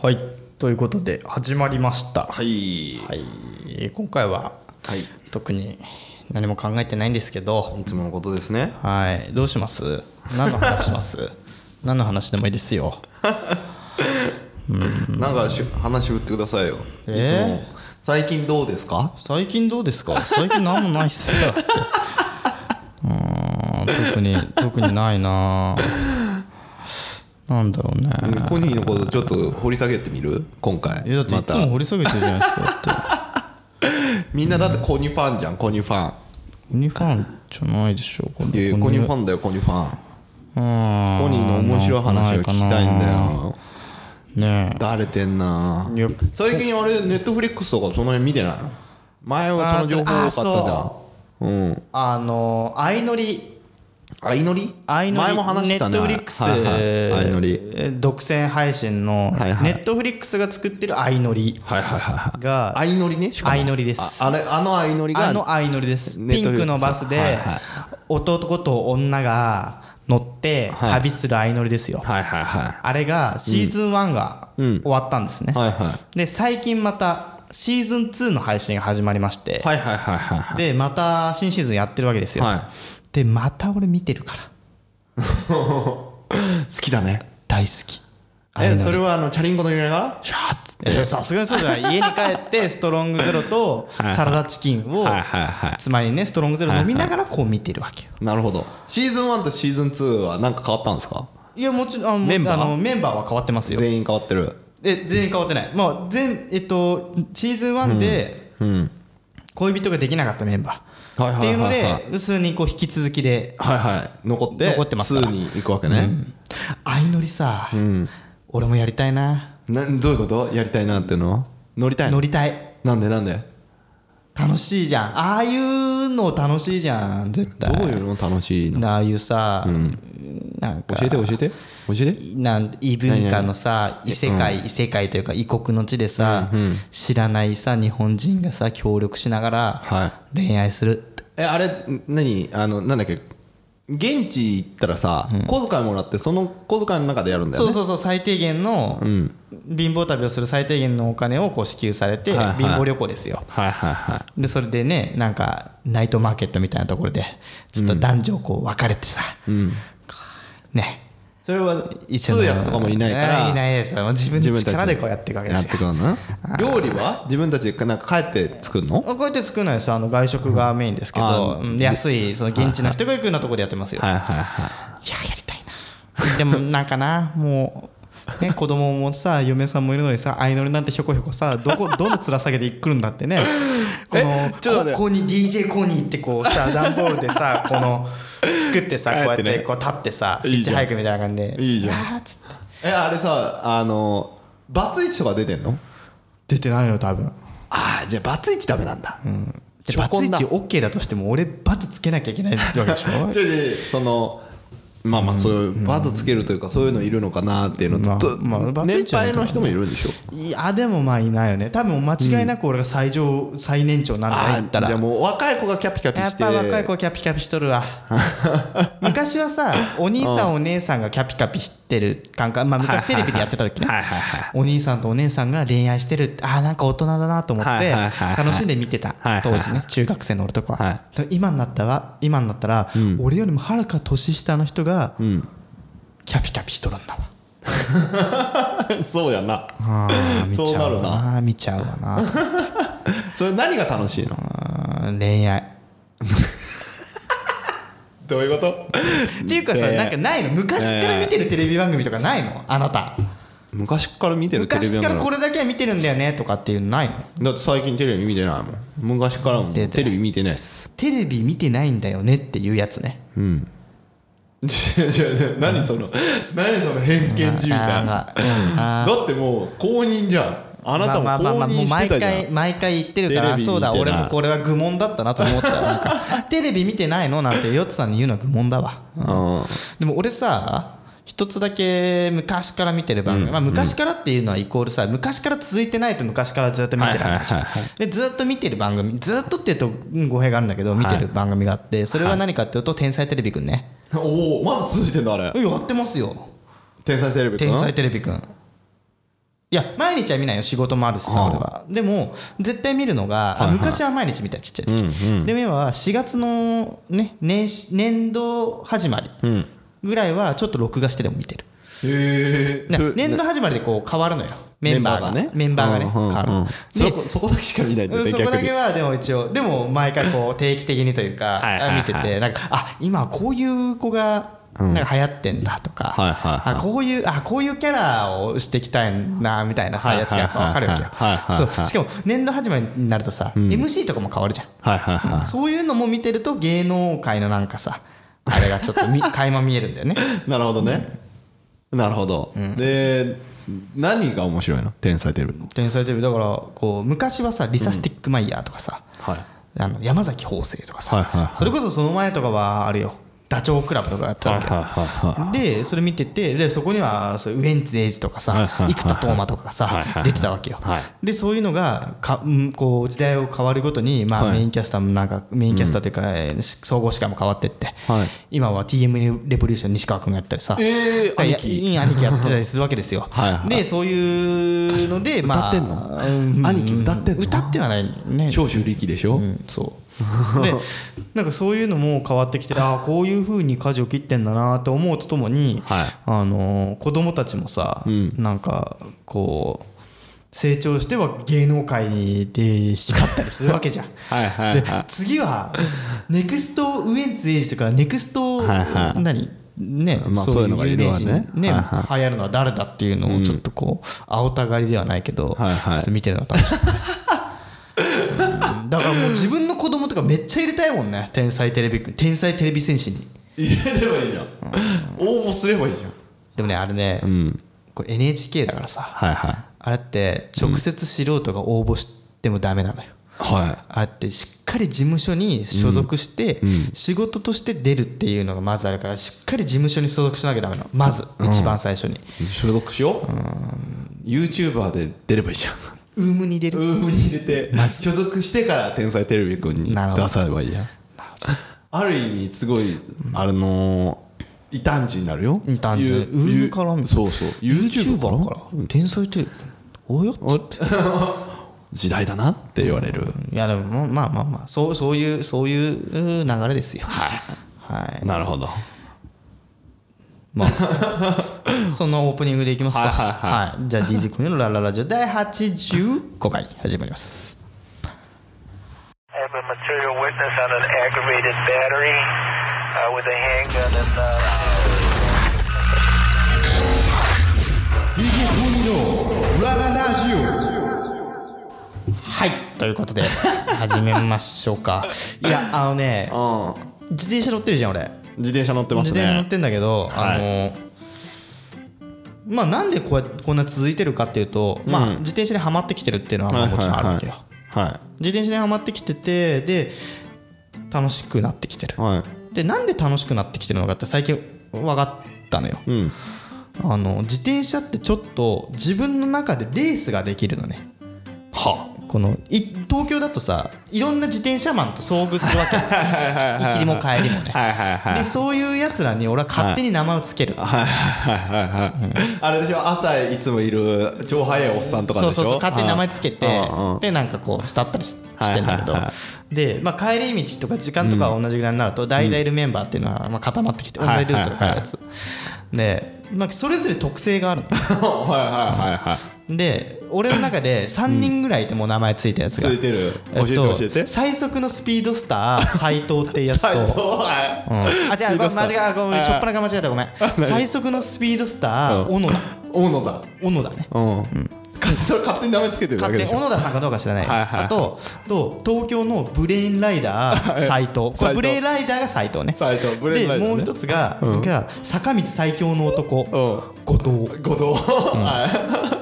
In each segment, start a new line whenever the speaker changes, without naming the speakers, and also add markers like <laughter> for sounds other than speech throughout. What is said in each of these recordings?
はいということで始まりましたは
はい、
い、今回は
はい、
特に何も考えてないんですけど
いつものことですね
はいどうします何の話します <laughs> 何の話でもいいですよ
なんかし話振ってくださいよ、
えー
いつも最近どうですか
最近どうですか最近何もないっすよ <laughs> うーん特に特にないななんだろうね
コニーのことちょっと掘り下げてみる今回
いやだってい
ま
つも
た
掘り下げてるじゃないですかだって
みんなだってコニーファンじゃんコニーファ
コニファンじゃないでしょうか
ンいやいやコニーファンだよコニーファンコ
コ
ニーの面白い話が聞きたいんだよ
ね
だれてんない
や
最近あれネットフリックスとかその辺見てないの前はその情報多かったじ
あ
ゃんうん
あの相乗り
あいのり
相乗り
前も話した
ネ
ね
ットフリックス、
はいはいあいのり
えー独占配信の
はいはい
ネットフリックスが作ってる相乗り
はいはいはいはい
が
相乗りねしかも
相乗りです
ああれあの相乗りが
あの相乗りです
ネ
ピ
ット
ン
フリ
ク
ックス
のバス
は
で
いはい
男と女が乗って
はい
旅する相乗りですよ
はいはいは
あれがシーズン1が終わったんですね
いはいは
で最近またシーズン2の配信が始まりまして
いはいはいはいはいはい
でまた新シーズンやってるわけですよ
は
でまた俺見てるから
い好きだね
大好き
えそれはあのチャリンコの揺れながらシャーッつって
いやさすがにそうじゃない家に帰ってストロングゼロとサラダチキンを
はいはいは
つまりねストロングゼロ飲みながらこう見てるわけよ
いなるほどシーズン1とシーズン2は何か変わったんですか
いやもちろんあの
メンバー
あのメンバーは変わってますよ
全員変わってる
え全員変わってないもう全えっとシーズン1で
うん
恋人ができなかったメンバー
はい
っ
は
てい
いう
の
はいはい
で普通にこう引き続きで
はいはい残って
残ってますから
2に行くわけね
相乗りさ俺もやりたいな
などういうことやりたいなっていうのは乗りたい
乗
の
りたい
なんでなんで
楽しいじゃんああいうの楽しいじゃん絶
ど
対
ういうの楽しいの
ああいうさなんか
教えて教えて教えて
なん異文化のさ異世界、異世界というか異国の地でさ、知らないさ日本人がさ協力しながら
はい
恋愛するって
えあれん何あのなんだっけ現地行ったらさ、小遣いもらってその小遣いの中でやるんだよ
そう
ね
そうそう最低限の、貧乏旅をする最低限のお金をこう支給されて、
はいはい
貧乏旅行ですよ
はいはいは
でそれでねなんかナイトマーケットみたいなところでちょっと男女こう分かれてさ、ね
いそれは
一
通
緒の
訳とかもいないか
い
ら
ないですよもう自分
自
の
分たち
力でこうやっていくわけで
や
す
っ
よ
てくるの料理は自分たちでなんか帰って作るの
こうやって作るのはですよあの外食がメインですけど、
あ
うん安いその現地の人が行くようなところでやってますよ、、
はいはいはい
ややりたいなでもなんかなもう、ね、子供もさ嫁さんもいるのにさ相乗りなんてひょこひょこさ
<laughs>
どこどの面下げてくるんだってねこの
ちょっと待って
ここに DJ コニーってこう
<laughs>
さ段ボールでさこの作ってさこうやって
あえてね
こう立ってさ
い
い
い
ち
じゃん
早くみたいな感じで
いいじゃん
あーっつって
いえあれさあのバツイチとか出てんの
出てないの多分
ああじゃあバツイチダメなんだ、うん、
でバツイチ OK だとしても俺バツつけなきゃいけないわけでしょ
違う違う違うそのまあまあそういうバツつけるというかそういうのいるのかなっていうのと、
まあまあバツイ
年
チは
配の人もいるんでしょ
いやでもまあいないよね多分間違いなく俺が最上、最年長なんだね
あ
言った
あ
ら
じゃあもう若い子がキャピキャピ
や
し
ってぱ若い子はキャピキャピしとる
<laughs>
わ昔はさお兄さんお姉さんがキャピキャピしてる感覚まあ昔テレビでやってた時ね
はいはいはい
お兄さんとお姉さんが恋愛してるってああんか大人だなと思っ
はい
て
はいはいはい
楽しんで見てた
はいはい
当時ね中学生の俺とか
は
はでも今になったら今になったら俺よりもはるか年下の人が <laughs> キャピキャピしとるんだわ
そうやな
あー見ちゃ
そううなる
わな見ちゃうわなと
それ何が楽しいの
あー恋愛
どういうこと
っていうかさ
で
なんかないの昔から見てるテレビ番組とかないのあなた
昔から見てるテレビ
昔
番
から
組
これだけは見てるんだよねとかっていうのないの
だって最近テレビ見てないもん昔からも
て
テ
た
レビ見てないっす
テレビ見てないんだよねっていうやつね
<laughs> 違う違う違う何その何その偏見じみたい
なん
な
かうんあ
だってもう公認じゃんあなたも
まあまあま
公
あも
認
う
して
毎
たじゃん
回毎回言ってるか
テレビ
ら
見てない
そうだ俺もこれは愚問だったなと思ったなんか <laughs> テレビ見てないのなんてヨッツさんに言うのは愚問だわ
うん
でも俺さ一つだけ昔から見てる番組、まあ、昔からっていうのはイコールさ昔から続いてないと昔からずっと見てる
はいはい
話
はいは
で
い
ずっと見てる番組ずっとっていうとうん語弊があるんだけど見てる番組があってそれは何かっていうと「天才テレビくん」ね
おおまだ続いてんだあれ
やってますよ
天才テレビくん
天才テレビくんいや毎日は見ないよ仕事もあるしさ
ああ
俺はでも絶対見るのが、あ
はいはい
昔は毎日見たちっちゃい時、
うん
で今は4月の、ね、年始年度始まり
うん
ぐらいはちょっと録画してでも見てる
へえ
ね年度始まりでこう変わるのよメンバーがメンバーがね
うんうんうん
変わるの
そこそこだけしか見ないんだ
う
よ
ん
ね
そこだ
逆に
けはでも一応でも毎回こう定期的にというか
はいはいはい
見ててなんかあ今こういう子がなんか流行ってんだとか、
はいはいはい
あこういうあこういうキャラをしていきたいなみたいなさ
はい
や
はい
つ
はい
が分かるわけよ
はいはいはい
そうしかも年度始まりになるとさ、MC とかも変わるじゃん
はいはいは
そういうのも見てると芸能界のなんかさあれがちょっと見 <laughs> 垣間見えるんだよね
いなるほどねなるほどで何が面白いの天才テレビの
天才テレビだからこう昔はさリサ・スティックマイヤーとかさ、
はい
あの山崎邦生とかさ、
はいはいはい
それこそその前とかはあれよダチョウ倶楽部とかやってた
はい
わ
はい
け、
はいは
でそれ見ててでそこにはそうウエンツエイジとかさ、
はいはいはいはい
生田斗真とかがさ、
はいはいはい
出てたわけよ、
はい
でそういうのがか、うんこう時代を変わるごとに、まあ
はい
メインキャスターもなんかメインキャスターというか、えー総合司会も変わってって、
はい
今は TM レボリューション西川君がやったりさ
いえー
い
兄
や
貴
いい兄貴やってたりするわけですよ
<laughs> はいはい
でそういうので、まあ、
歌ってんの
うん
兄貴歌ってんの
歌ってはないね
長州力でしょ
うんそう
<laughs>
でなんかそういうのも変わってきてああこういうふうに舵を切ってんだなと思うとともに、
はい
あのー子供たちもさ、
ん
なんかこう成長しては芸能界で光ったりするわけじゃん。
はいはい
で
は
次はネクストウエンツエイジとかネクスト、
はいはい
何ね、
まあそういうのがいるわね
有名人ね、
はい
流行るのは誰だっていうのをちょっとこう、青たがりではないけど、
はいはい
ちょっと見てるのが楽しいだからもう自分の子供とかめっちゃ入れたいもんね天才テレビ天才テレビ戦士に
い入れればいいじゃん応募すればいいじゃん
でもねあれね、
うん
これ NHK だからさ
はいはい
あれって直接素人が応募してもダメなのよ、
は
あってしっかり事務所に所属して仕事として出るっていうのがまずあるからしっかり事務所に所属しなきゃダメなのまず一番最初に
い所属しよう YouTuber で出ればいいじゃん
ウームに出る
ウームに入れて所属してから「天才てれびくん」に
なるほど
出さればいいやある意味すごいあのー異端児になるよ
みたいな
ゆ
ウームから
ゆ
みたい
そうそう YouTuber
な
から
から天才っておよっつって
時代だなって言われる
いやでもまあまあまあそうそういうそういう流れですよはい、はい、
なるほど
まあそのオープニングでいきますか
はい
はいじゃあ DJ 君のラララジオ第85回始まります
I have a material witness on an aggravated battery uh, with a handgun and. Uh
DJ のラララジオ
はいということで始めましょうかいやあのね自転車乗ってるじゃん俺、
自転車乗ってま
自
す
転車乗っ
ね
てんだけど、
はい
あのまあなんでこうやこんな続いてるかっていうと、まあ自転車にはまってきてるっていうのはまあもちろんあるわけよ、
は
自転車にはまってきててで楽しくなってきてる
いはいは
でなんで楽しくなってきてるのかって最近分かったのよ
いうん
あの自転車ってちょっと自分の中でレースができるのね
は
このい東京だとさいろんな自転車マンと遭遇するわけ行きりも帰りもね
はいはいはい
でそういうやつらに俺は勝手に名前をつける、
あれでしょ朝いつもいる超早いおっさんとか
そ
で
う
し
そ
ょ
うそう勝手に名前つけて、
うんうん
でなんかこう慕ったりし
はい
してんだけど、
はいは
で、まあ、帰り道とか時間とかは同じぐらいになると代々いるメンバーっていうのはまあ固まってきて、
はい
同じルートで帰るやつ、で、まあ、それぞれ特性がある
はいはいはいはい
ので俺の中で3人ぐらいでもう名前ついたやつが、
ついてる
え
教
っ
えて
と
教えて
最速のスピードスター斎藤っていうやつと
<laughs> 斎藤はい
あ、じゃあ、
ス
ご
ピード
め
ス
ん
ター
間違えた、ごめん、しょっぱなから間違えた、ごめん。最速のスピードスター、小野田。
小野田
小野田ね。
うん勝手それ勝手に名前つけてるだ
勝
け
手
でし
小
ょ
野田さんかどうか知らない。
はいはいはい
あと、と東京のブレインライダー、斎藤。こ
斉
れ
藤
ブレインライダーが斎藤ね。
斎藤ブレインライ
で、
ダーね
もう一つが、が坂道最強の男、後藤。
後藤はい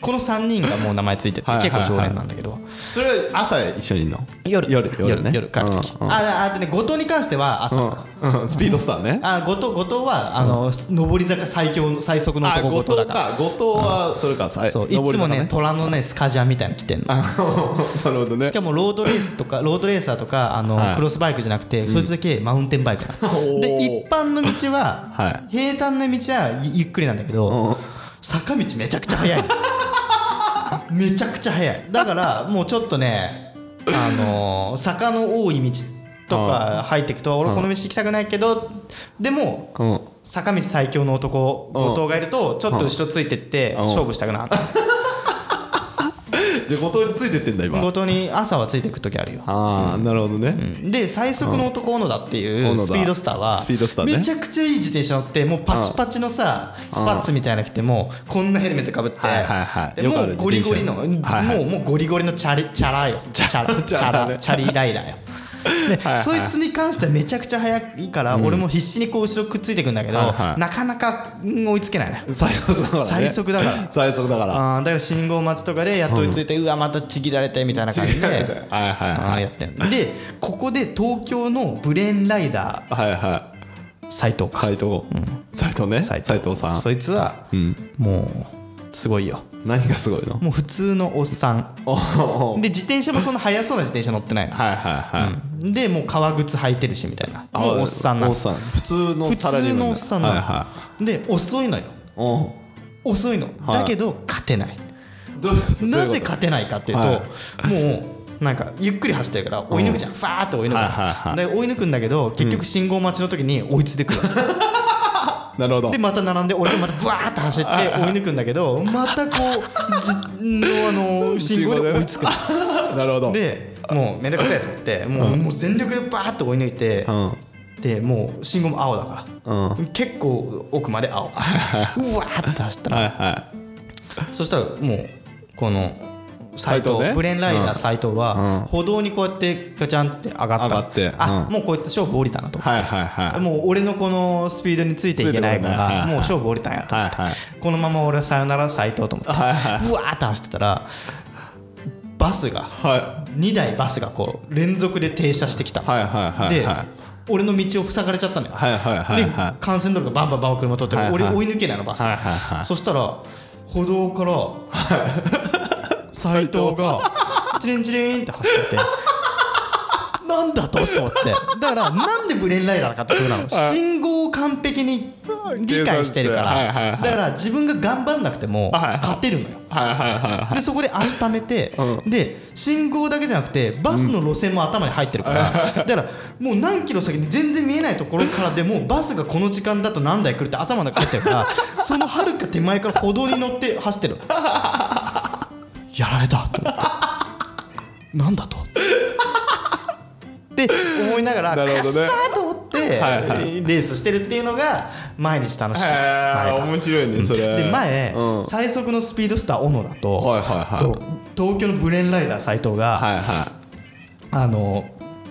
この3人がもう名前ついてて、
はいはい
結
はい
構常連なんだけど。
それ朝一緒にいんの
夜
夜
夜
ね
夜帰るとき。
うん
あ、あとね、後藤に関しては朝。
うんうんスピードスターね
あ、後藤、後藤は、あの、上り坂最強の、最速の
あ
男、後
後
藤だ
藤
から。
か後藤はそれかさ
そうい
上
つ
り
も
坂
ね虎のねスカジャンみたいなの着てんの
あ <laughs> なるほどね
しかもロードレースと
<laughs>
かロードレーサーとかあの
はい
クロスバイクじゃなくてそいつだけマウンテンバイクな
<laughs> お
の
ー
で一般の道
は <laughs>
は平坦な道はゆゆっくりなんだけど坂道めちゃくちゃ速いのめちゃくちゃ速いだからもうちょっとねあのー坂の多い道とか入っていくと俺この道行きたくないけどでも
うん
坂道最強の男
うん
後藤がいるとちょっと後ろついてって
うん
勝負したくなる
じゃあ後藤についてってんだ今
後藤に朝はついてく時あるよ
ああなるほどね
で最速の男小野田って
うん
いう
小野田
スピードスターは
スピードスターね
めちゃくちゃいい自転車乗ってもうパチパチのさスパッツみたいなの着てもうこんなヘルメットかぶって
はいはいはい
で
よく
も
ある
うゴリゴリのも
自転車はいはいう
もうゴリゴリのチャリチャラよチャラチ
<laughs> チャ
ャ
ラ
ラ
ね
チャリライダーよで
はいはい
そいつに関してはめちゃくちゃ速いから俺も必死にこう後ろくっついてくんだけど
はいはい
なかなかうん追いつけないね
最速だからね
最速だから
最速だから
あーだから信号待ちとかでやっと追いついてうわまたちぎられてみたいな感じ
違うね
で
はいはい
あ
は
ー
い
やってんのでここで東京のブレーンライダ
はいは
ー斎藤
い斎藤斎藤ね
斉
斎藤さん
そいつは
うん
もうすごいよ
何がすごいの
もう普通のおっさん
おお
で自転車もそんな速そうな自転車乗ってないの
はいはいはい
でもう革靴履いてるしみたいな
あ
もうおっさんな
お
の
っさん普通の
普
サラリー
通
マンだ
のおっさん
は
ないの、
はい
で遅いのよ
おう
遅いの、
はい
だけど勝てない
どういうこと
なぜ勝てないかっていうと、
は
もうなんかゆっくり走ってるから追い抜くじゃん、ファーって追い抜くの、
はいはいはい
で追い抜くんだけど結局信号待ちの時に追いついてくるわけ
なるほど
でまた並んで俺がまたブワーって走って追い抜くんだけどまたこうじのあ
<laughs>
の信号で追いつくの
なるほど
でもうめんどくせえと思ってもうもう全力でバーッと追い抜いて
うん
でもう信号も青だか
うんはい
ら結構奥まで
<laughs>
青うわーって走ったら
は
そしたらもうこの斎
斉
藤
藤ね
ブレーンライダー斎藤は
うん
歩道にこうやってガチャンって上がった
上がって
あ
うん
もうこいつ勝負降りたなと
いはいはいはい
もう俺のこのスピードについていけないか
ついてこれないはい
ら
はい
もう勝負降りたんやと
はいはい
このまま俺はさよなら斎藤と思って、
はいは
うわーって走ってたらバスが
は
2台バスがこう連続で停車してきた、
いはいはいはい
で、
はい
俺の道を塞がれちゃったのよ、
はいはいはい
で
は
幹線道路がバンバンバンバン車通ってる、
はいはい
俺追い抜けないのバス、
はいはいはい
そしたら歩道から斎藤がチリンチリンって走っててなんだとって思ってだからなんでブレーンライダーかってそうなの信号を完璧に理解してるから、
はいはいはい
だから自分が頑張んなくても
はいはい
勝てるのよ、
いはいはいはい
でそこで足ためて、
う
で信号だけじゃなくてバスの路線も頭に入ってるから、だからもう何キロ先に全然見えないところからでもバスがこの時間だと何台来るって頭の中入ってるからそのはるか手前から歩道に乗って走ってるやられたと思ってなんだと。って思いながら
なる
カッ
ほど
サ
ね
ーと思って、
はいは
レースしてるっていうのが毎日楽しい。
へ
毎
え
日
面白いねそれ
で前、
うんはい
最速のスピードスター小野だと、
はいはい
と東京のブレーンライダー斎藤が、
はいはい
あの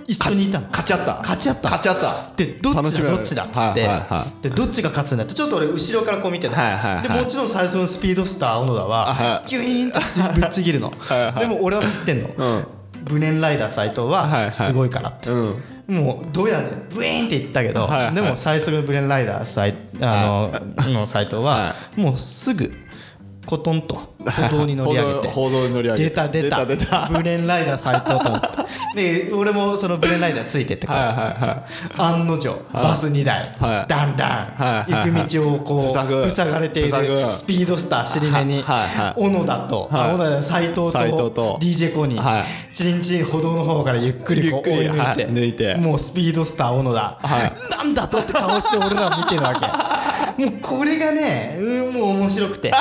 一緒にいたの
勝ち合った
勝ち合った
勝ち合った
でどっ
楽
ち
しみ
だ
だね
どっちだっつって、
はいはいは
でどっちが勝つんだってちょっと俺後ろからこう見てた、
はいはいはい
でもちろん最初のスピードスター小野田は、
はい
ギュイーンってつぶっちぎるの
<laughs> はいはい
でも俺は知ってんの、
うん
ブレーンライダー斎藤
はいは
はいすごいからって、
うん
もうドヤでブイーンって言ったけど、
はいはい
でも最速のブレーンライダー斎あのの斎藤は
は
もうすぐコトンと歩道に乗り上げて
歩道に乗り上げて
出た出た
出た出た
ブレーンライダー斎藤と思
<laughs>
ってで俺もそのブレーンライダーついてってこう
はいはいはい
<laughs> 案の定バス2台
はい
だんだん
はいはい
行く道をこ
塞ぐ
う塞がれている
塞ぐ
スピードスター尻目に
はいはい
小野田と
はい
あ小野田斎藤と
斉藤と
DJ コニ
は
ーチリンチリン歩道の方からゆっくりこう追
ゆ
い
っくり
抜い
はい抜い
て
て
もうスピードスター小野田
は
なんだとって顔して俺らを見てるわ
<laughs>
けもうこれがねうんもう面白くて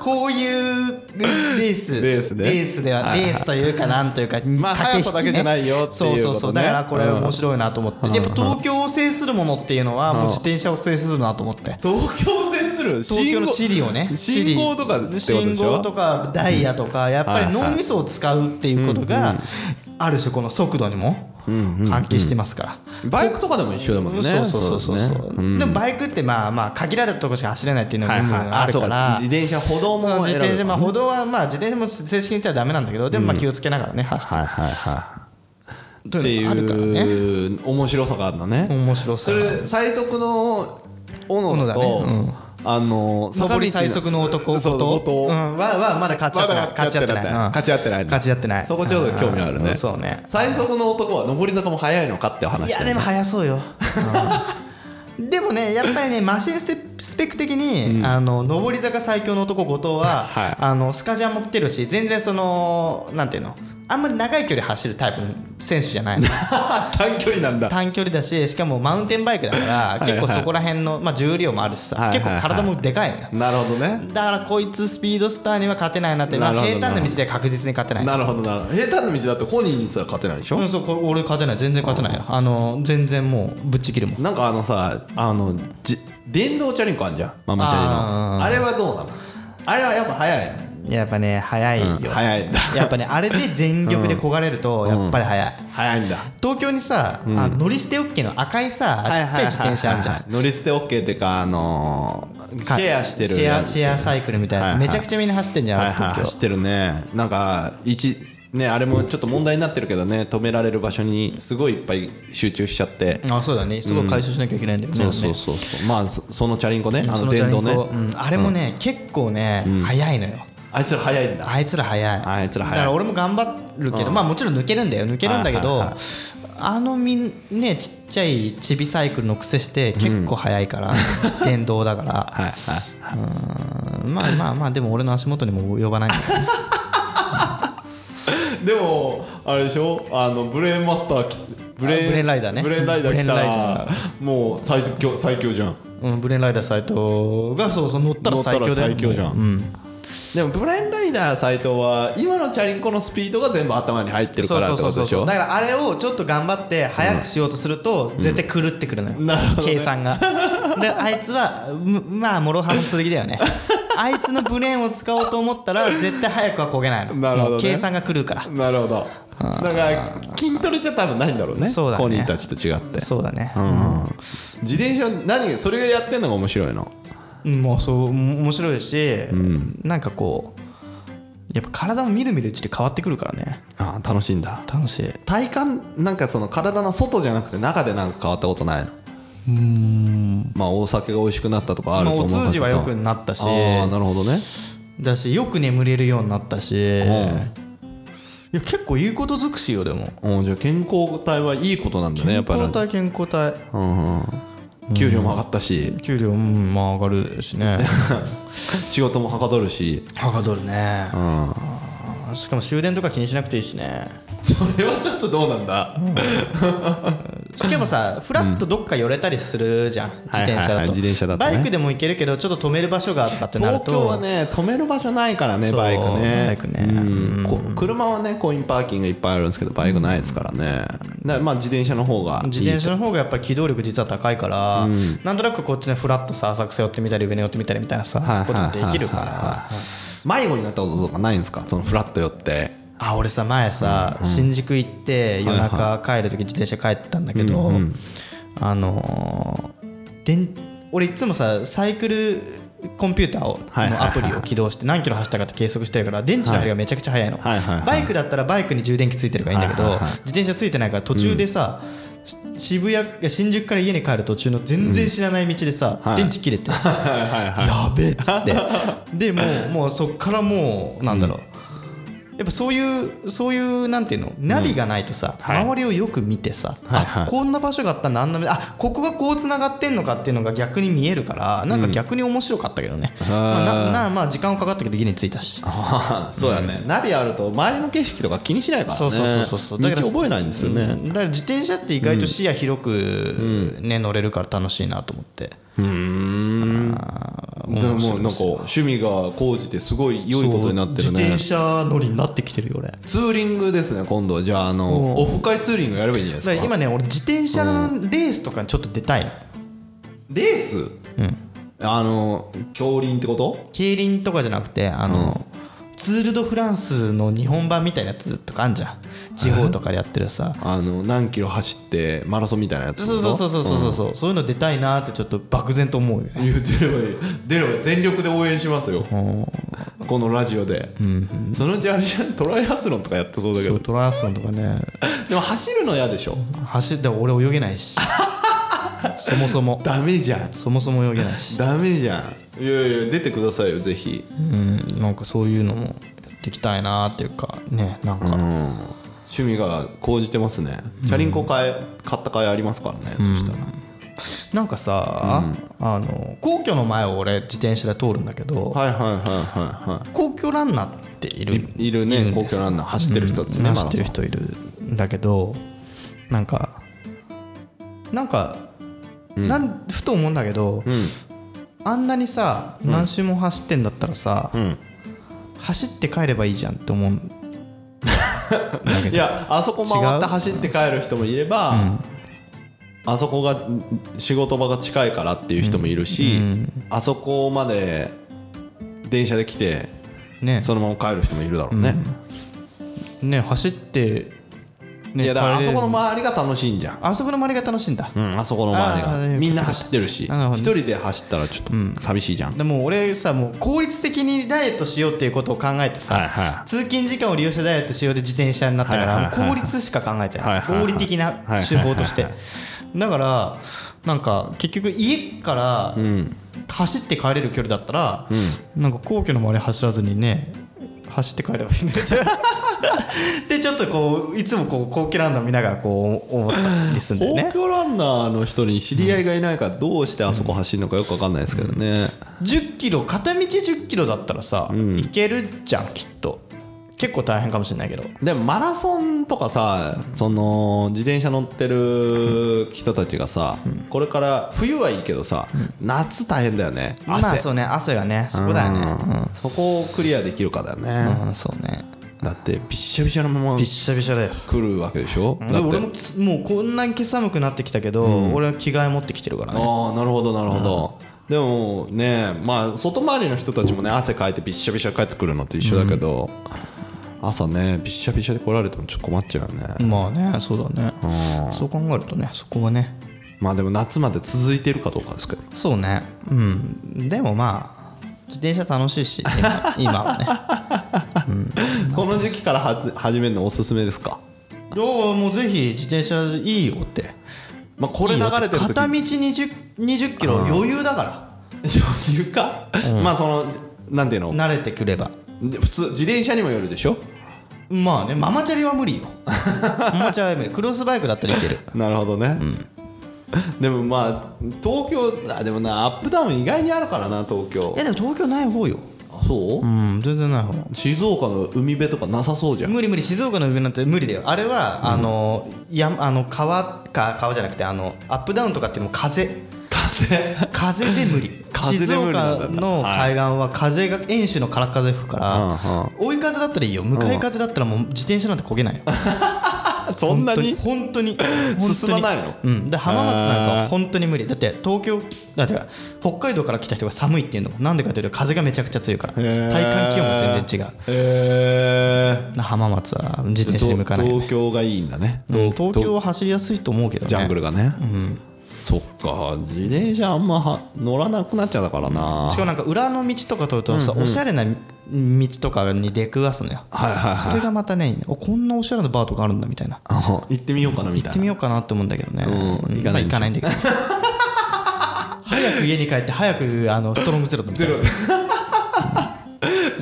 こういうレース
レースね
レースでは
はいはい
レースというかなんというか
まあ
駆け引きね
速さだけじゃないよっていうことね
そうそうそうだからこれ面白いなと思って、
うん
やっぱ東京を制するものっていうのはもう自転車を制するなと思って、
東京を制する
東京の地理をね地理
信号とかってことでしょ
信号とかダイヤとかやっぱり
はいはい
脳みそを使うっていうことがある種この速度にも関係してますから、
バイクとかでも一緒だもんね
そうそうそうそうそう
だね
でもバイクってまあまあ限られたとこしか走れないっていうの
は
が
い
部分
はい
があ
あ
る
そ
か
う
ら、
か自転車歩道
まあ
も
自
選べ
転車
る
まあ歩道はまあ自転車も正式に言ったらダメなんだけどでもまあ気をつけながらね走っ
はいはいは
て
いって
あるからね
いう面白さがあるんだね
面白そ
そうれ最速の小野だ
小野
と
だね
あの
上り
坂道
最速の男
そう
後
後
藤
藤
うんははまだ勝ち合ってない
まだ勝ち合ってない
うん
勝ち合ってない
勝ち合ってない
そこちょっと興味あるね
うんそうね
最速の男は上り坂も速いのかっていう話
い
だよ
や
ね
でも速そうよ <laughs> でもねやっぱりねマシンステスペック的に、あの上り坂最強の男後藤は、
はい
あのスカジャンも来てるし全然そのなんていうのあんまり長い距離走るタイプの選手じゃない
<laughs>
の
短距離なんだ
短距離だししかもマウンテンバイクだから
いはい
結構そこら辺の、まあ、重量もあるしさ、
はいはいはい
結構体もでかいのよ
なるほどね
だからこいつスピードスターには勝てないなって、まあ、
なるほど
平坦な道で確実に勝てない
なるほどなるほど平坦な道だって本人にすら勝てないでしょ、
うん、そうこ俺勝てない全然勝てないよあの全然もうぶっち切るもん
なんかあのさあのじ電動チャリンコあんじゃんママチャリの
あ
あ
ー
れはどうなのあれはやっぱ速い
やっぱね早いよ、
の、うん、速いんだ
やっぱねあれで全力で焦がれるとやっぱり早い、
<laughs> 速いんだ
東京にさ、あの乗り捨て OK の赤いさちっちゃい自転車あるじゃん
はいはいはいはい乗り捨て OK っていうかあのーシェアしてる
シェ
や
ア
つ
シェアサイクルみたいなやつ、
はいはい
めちゃくちゃみんな走ってんじゃん、
はいはい
東
走
京
ってるねなんか一ねあれもちょっと問題になってるけどね止められる場所にすごいいっぱい集中しちゃって、
あそうだねすごい解消しなきゃいけないんだよね、
そうそうそうそうまあそそのチャリンコねあ
その
の
チャ
電
リン
動
コ
ね
うんあれもね、結構ね、早いのよ
あいつら速いんだ
あいつら早い
あいつら早い
だから俺も頑張るけど、まあもちろん抜けるんだよ抜けるんだけど、
はいはいは
あのみんねちっちゃいチビサイクルの癖して結構早いから、
<laughs>
電動だから
はいはい
うんまあまあまあでも俺の足元にも及ばないんだけど
でもあれでしょあのブレーンマスターきブ
あブレーンライダーね
ブレーンライダー来た
ブレーン
らもう最強最強じゃん
<laughs> うん、ブレーンライダー斎藤がそうそう乗ったら最強だよ
乗ったら最強じゃん
うん、
でもブレーンライダー斎藤は今のチャリンコのスピードが全部頭に入ってるか
そう
ら
そ
っ
う
て
そう
こと
そう
でしょ
だからあれをちょっと頑張って早くしようとすると、絶対狂ってくるのよ、
なるほどね
計算がであいつはむまあ諸刃の剣だよ
<laughs>
ねあいつのブレーンを使おうと思ったら絶対早くは焦げないの
なるほどね
もう計算が狂うから
なるほどだから筋トレじゃ多分ないんだろうね
そうだね
コニーたちと違って
そうだね
うん自転車何それがやってんのが面白いの
うんもうそう面白いし、なんかこうやっぱ体もみるみるうちで変わってくるからね
あー楽しいんだ
楽しい
体感なんかその体の外じゃなくて中でなんか変わったことないのうんまあお酒が美味しくなったとかある
ま
と
あ、
思う
お
んだけど、
通じは良くなったし
ああなるほどね
だしよく眠れるようになったし、いや結構いいこと尽くしよでも
うんうんじゃあ健康体はいいことなんだねやっぱ
健
り
康体健康体
うんうん給料も上がったし
給料うんまあ上がるし
<laughs>
ね
仕事もはかどるし
はかどるね
うん
しかも終電とか気にしなくていいしね
それはちょっとどうなんだ
しかもさフラッとどっか寄れたりするじゃん自転車
はいはいは
だ
い
と
自転車だとね
バイクでも行けるけどちょっと止める場所があったってなる
東
と
京はね止める場所ないからね
そう
バイクね
バイクね
うんこ車はねコインパーキングいっぱいあるんですけどバイクないですからねだからまあ自転車の方がいい
自転車の方がやっぱり機動力実は高いから、なんとなくこっちねフラッとさ浅く背負ってみたり上に寄ってみたりみたいなさ、
はいはいはい
こともできるから
迷子になったこととかないんですかそのフラット寄って
あ俺さ前さ、新宿行って夜中帰る時自転車帰ったんだけど、あのーでん俺いつもさサイクルコンピューターを
はいはい
の
はい
アプリを起動して何キロ走ったかって計測してるから電池の入りがめちゃくちゃ早いの、
はいはいはい
バイクだったらバイクに充電器ついてるからいいんだけど、
はいはいはい
自転車ついてないから途中でさ、し渋谷いや新宿から家に帰る途中の全然知らない道でさ、
はい
電池切れて、やべえっつってでもうもうそっからもうなんだろう、やっぱそういうそういうなんていうのナビがないとさ、
はい
周りをよく見てさ、
はいはい
あこんな場所があったんだあんなあここがこうつながってんのかっていうのが逆に見えるからなんか逆に面白かったけどね、まあななまあ時間はかかったけど家に着いたし
あ <laughs> あそうだね、ナビあると周りの景色とか気にしないからね
そうそうそうそうそう
道
だから
覚えないんですよね、
だから自転車って意外と視野広く、ね乗れるから楽しいなと思って
でももうなんか趣味が高じてすごい良いことになってる
自
ね
転車乗りになってきてるよ俺だ
ツーリングですね今度はじゃああのオフ会ツーリングやればいいんじゃない
か
で
ら
す
今
か
ね俺自転車のレースとかにちょっと出たいの
レース、あの競輪ってこと
競輪とかじゃなくてあの、ツール・ド・フランスの日本版みたいなやつとかあんじゃん地方とかでやってるさ
あの何キロ走ってマラソンみたいなやつ
そうそうそう
う
そうそうそうそう、そういうの出たいなってちょっと漠然と思うよね
言うてればいい出ればいい全力で応援しますよこのラジオで、そのうちあれじゃんトライアスロンとかやってそうだけ
そう
ど
トランスロンとかね
でも走るの嫌でしょ
走って俺泳げない
<laughs>
しそもそも
ダメじゃん
そもそも泳げないし、
ダメじゃんいやいや出てくださいよぜひ
うん、なんかそういうのもやっていきたいなっていうかねなんか、
趣味が高じてますねチャリンコ買え買った買いありますからね、そしたら
なんかさ、あの皇居の前を俺自転車で通るんだけど、
はいはいはいはいは
皇居ランナーっている
いいるね皇居ランナー走ってる人ですね、
走ってる人いるんだけどなんかなんか、なんふと思うんだけど、あんなにさ何周も走ってんだったらさ、
ん
走って帰ればいいじゃんって思う
いやあそこ回
違
っ
う
て走って帰る人もいれば、あそこがん仕事場が近いからっていう人もいるし、あそこまで電車で来て
ね
そのまま帰る人もいるだろうね、
ね走って、ね
いやだからあ
帰れ
そ
る
この周りが楽しいんじゃん、
あそこの周りが楽しいんだ、
うんあそこの周
あ
り
ー
がみんな走ってるし
あなるほ
一
ど
人で走ったらちょっと寂しいじゃん、
でも俺さもう効率的にダイエットしようっていうことを考えてさ、
はいは
通勤時間を利用してダイエットしようで自転車になったから、
はいはいはいはい
もう効率しか考えてない,、
はいはいはい
合理的な手法として、だからなんか結局家から走って帰れる距離だったら、なんか皇居の周り走らずにね走って帰ればいいね
<laughs>
ってでちょっとこういつもこう皇居ランナー見ながらこう思ったりするんだよね
東京ランナーの人に知り合いがいないからどうしてあそこ走るのかよく分かんないですけどね、
10キロ片道10キロだったらさ、いけるじゃんきっと結構大変かもしれないけど
でもマラソンとかさその自転車乗ってる人たちがさ、これから冬はいいけどさ、夏大変だよね汗、
まあそうね汗がねそこだよね
うんそこをクリアできるかだよね、
うんそうね
だってびっしゃびしゃのまま
びっしゃびしゃだよ
来るわけでしょ、だ
で
って
俺もつもうこんなに今寒くなってきたけど、俺は着替え持ってきてるからね
ああなるほどなるほど、でもねまあ外回りの人たちもね汗かいてびっしゃびしゃ帰ってくるのと一緒だけど、朝ねびっしゃびしゃで来られてもちょっと困っちゃうよね、
まあねそうだねそう考えるとねそこはね
まあでも夏まで続いてるかどうかですけど
そうねうんでもまあ自転車楽しいし <laughs> 今今はね
この時期からはず始めるのおすすめですか、
いやもうぜひ自転車いいよって
まあ、これ流れてる時
片道20 20キ
<laughs>
ロ余裕だか
余裕か、まあそのなんていうの
ら慣れてくれば
で普通自転車にもよるでしょ
まあねママチャリは無 <laughs> 理よママチャリは無理クロスバイクだったらい <laughs> ける
なるほどね、でもまあ東京あでもなアップダウン意外にあるからな東京
えでも東京ない方よ
あそ
う
う、
ん全然ない方
静岡の海辺とかなさそうじゃん
無理無理静岡の上なんて無理だよあれは、あのやあの川か川じゃなくてあのアップダウンとかっていうのも風
風
風で無理
風で
静
無理なんだ
岡の海岸は風が遠州の空っ風吹くから、追い風だったらいいよ向かい風だったらもう自転車なんてこげ
<laughs>
ないよ
そんなに
本当に
<laughs> 進まないの
本当にうん、で浜松なんかは本当に無理だって東京だってか北海道から来た人が寒いっていうのもなんでかというと風がめちゃくちゃ強いから
へー
体感気温も全然違う
え
な浜松は自
ー、
転車で向かないよね
東京がいいんだね、
うん
東
東京は走りやすいと思うけどね
ジャングルがね、そっか自転車あんまは乗らなくなっちゃったからな
しかもなんか裏の道とか通るとさ、おしゃれな道とかに出くわすのよ、
はいはい
それがまたねいいねおこんなおしゃれなバーとかあるんだみたいな行
あ行ってみようかなみた
っ
い
てみ
な
ようかなって思うんだけどね、
うん行か
ま
な
あ
いんでしょ
行かないんだけど <laughs> 早く家に帰って早くあのストロングゼロだみたいな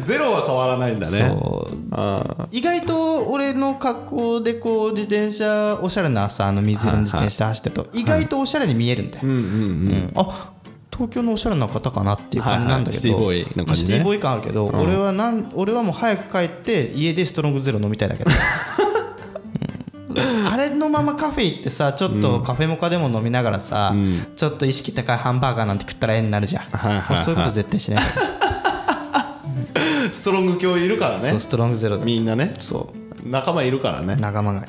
ゼロは変わらないんだね
そう意外と俺の格好でこう自転車おしゃれなさあの水色の自転車で走ってると意外とおしゃれに見えるんだよ、うんあ東京のおしゃれな方かなっていう感じなんだけど、
はいはいシティボーイの感じ
シ
ね
ティボーイ感あるけど、俺はなん俺はもう早く帰って家でストロングゼロ飲みたいだ
<laughs>
けどうんあれのままカフェ行ってさちょっとカフェモカでも飲みながらさ、ちょっと意識高いハンバーガーなんて食ったらええになるじゃん、
はいはいはい
もうそういうこと絶対し
<laughs>
ないから
ストロング教いるから
そ
ね
うストロングゼロで
みんなね
そう
仲間いるからね
仲間が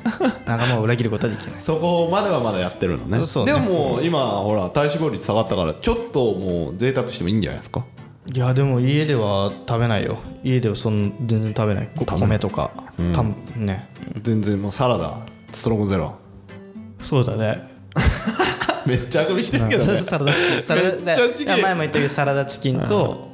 仲間を裏切ることはできない
そこまではまだやってるのね
そうね
でももう今ほら体脂肪率下がったからちょっともう贅沢してもいいんじゃないですか
いやでも家では食べないよ家ではそん全然食べない米とか、たんね
全然もうサラダストロングゼロ
そうだね
<laughs> めっちゃあくびしてるけどね
<laughs> サラダチキンサラ
めっちゃ
ダ
ちぎ
い
る
や前も言ったけどサラダチキンと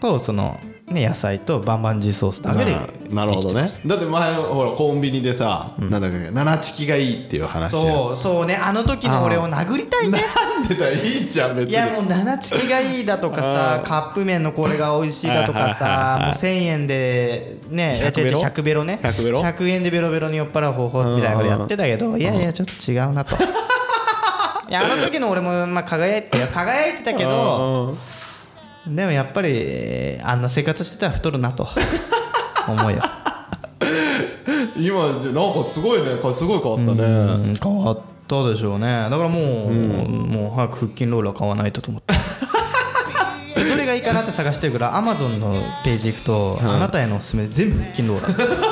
とそのね野菜とバンバンジーソースだけで
あーなるほどねだって前ほらコンビニでさ、なんだっけ七チキがいいっていう話
そうそうねあの時の俺を殴りたいね
なんでだいいじゃん別に
いやもう七チキがいいだとかさカップ麺のこれが美味しいだとかさもう1000円でねいや
100
違う違う
ベロ
100ベロね
100ベロ <laughs>
100円でベロベロに酔っ払う方法みたいなことやってたけどいやいやちょっと違うなといやあの時の俺もまあ輝いて輝いてたけど
うん
でもやっぱりあんな生活してたら太るなと思うよ
今なんかすごいねかすごい変わったね、
うん変わったでしょうねだからもう、もう早く腹筋ローラー買わないとと思って <laughs> でどれがいいかなって探してるからアマゾンのページ行くと、あなたへのおすすめ全部腹筋ローラー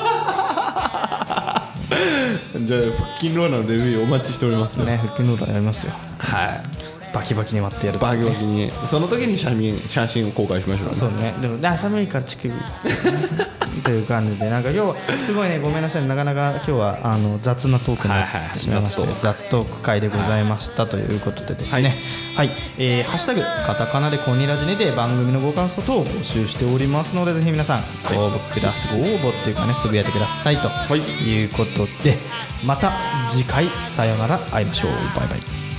じゃあ腹筋ローラーのレビューお待ちしております
ね腹筋ローラーやりますよ
はい
バキバキに割ってやるって
バキバキにその時に写真写真を公開しましょうね
そうねでもで寒いから乳首という感じでなんか今日はすごいねごめんなさいなかなか今日はあの雑なトークにな
はい
っ
は
て
い
しまいました、
雑トーク
雑トーク会でございましたということでですねはい、えーハッシュタグカタカナでコニラジにて番組のご感想等を募集しておりますのでぜひ皆さんご応募ください、ご応募っていうかねつぶやいてくださいということでまた次回さよなら会いましょうバイバイ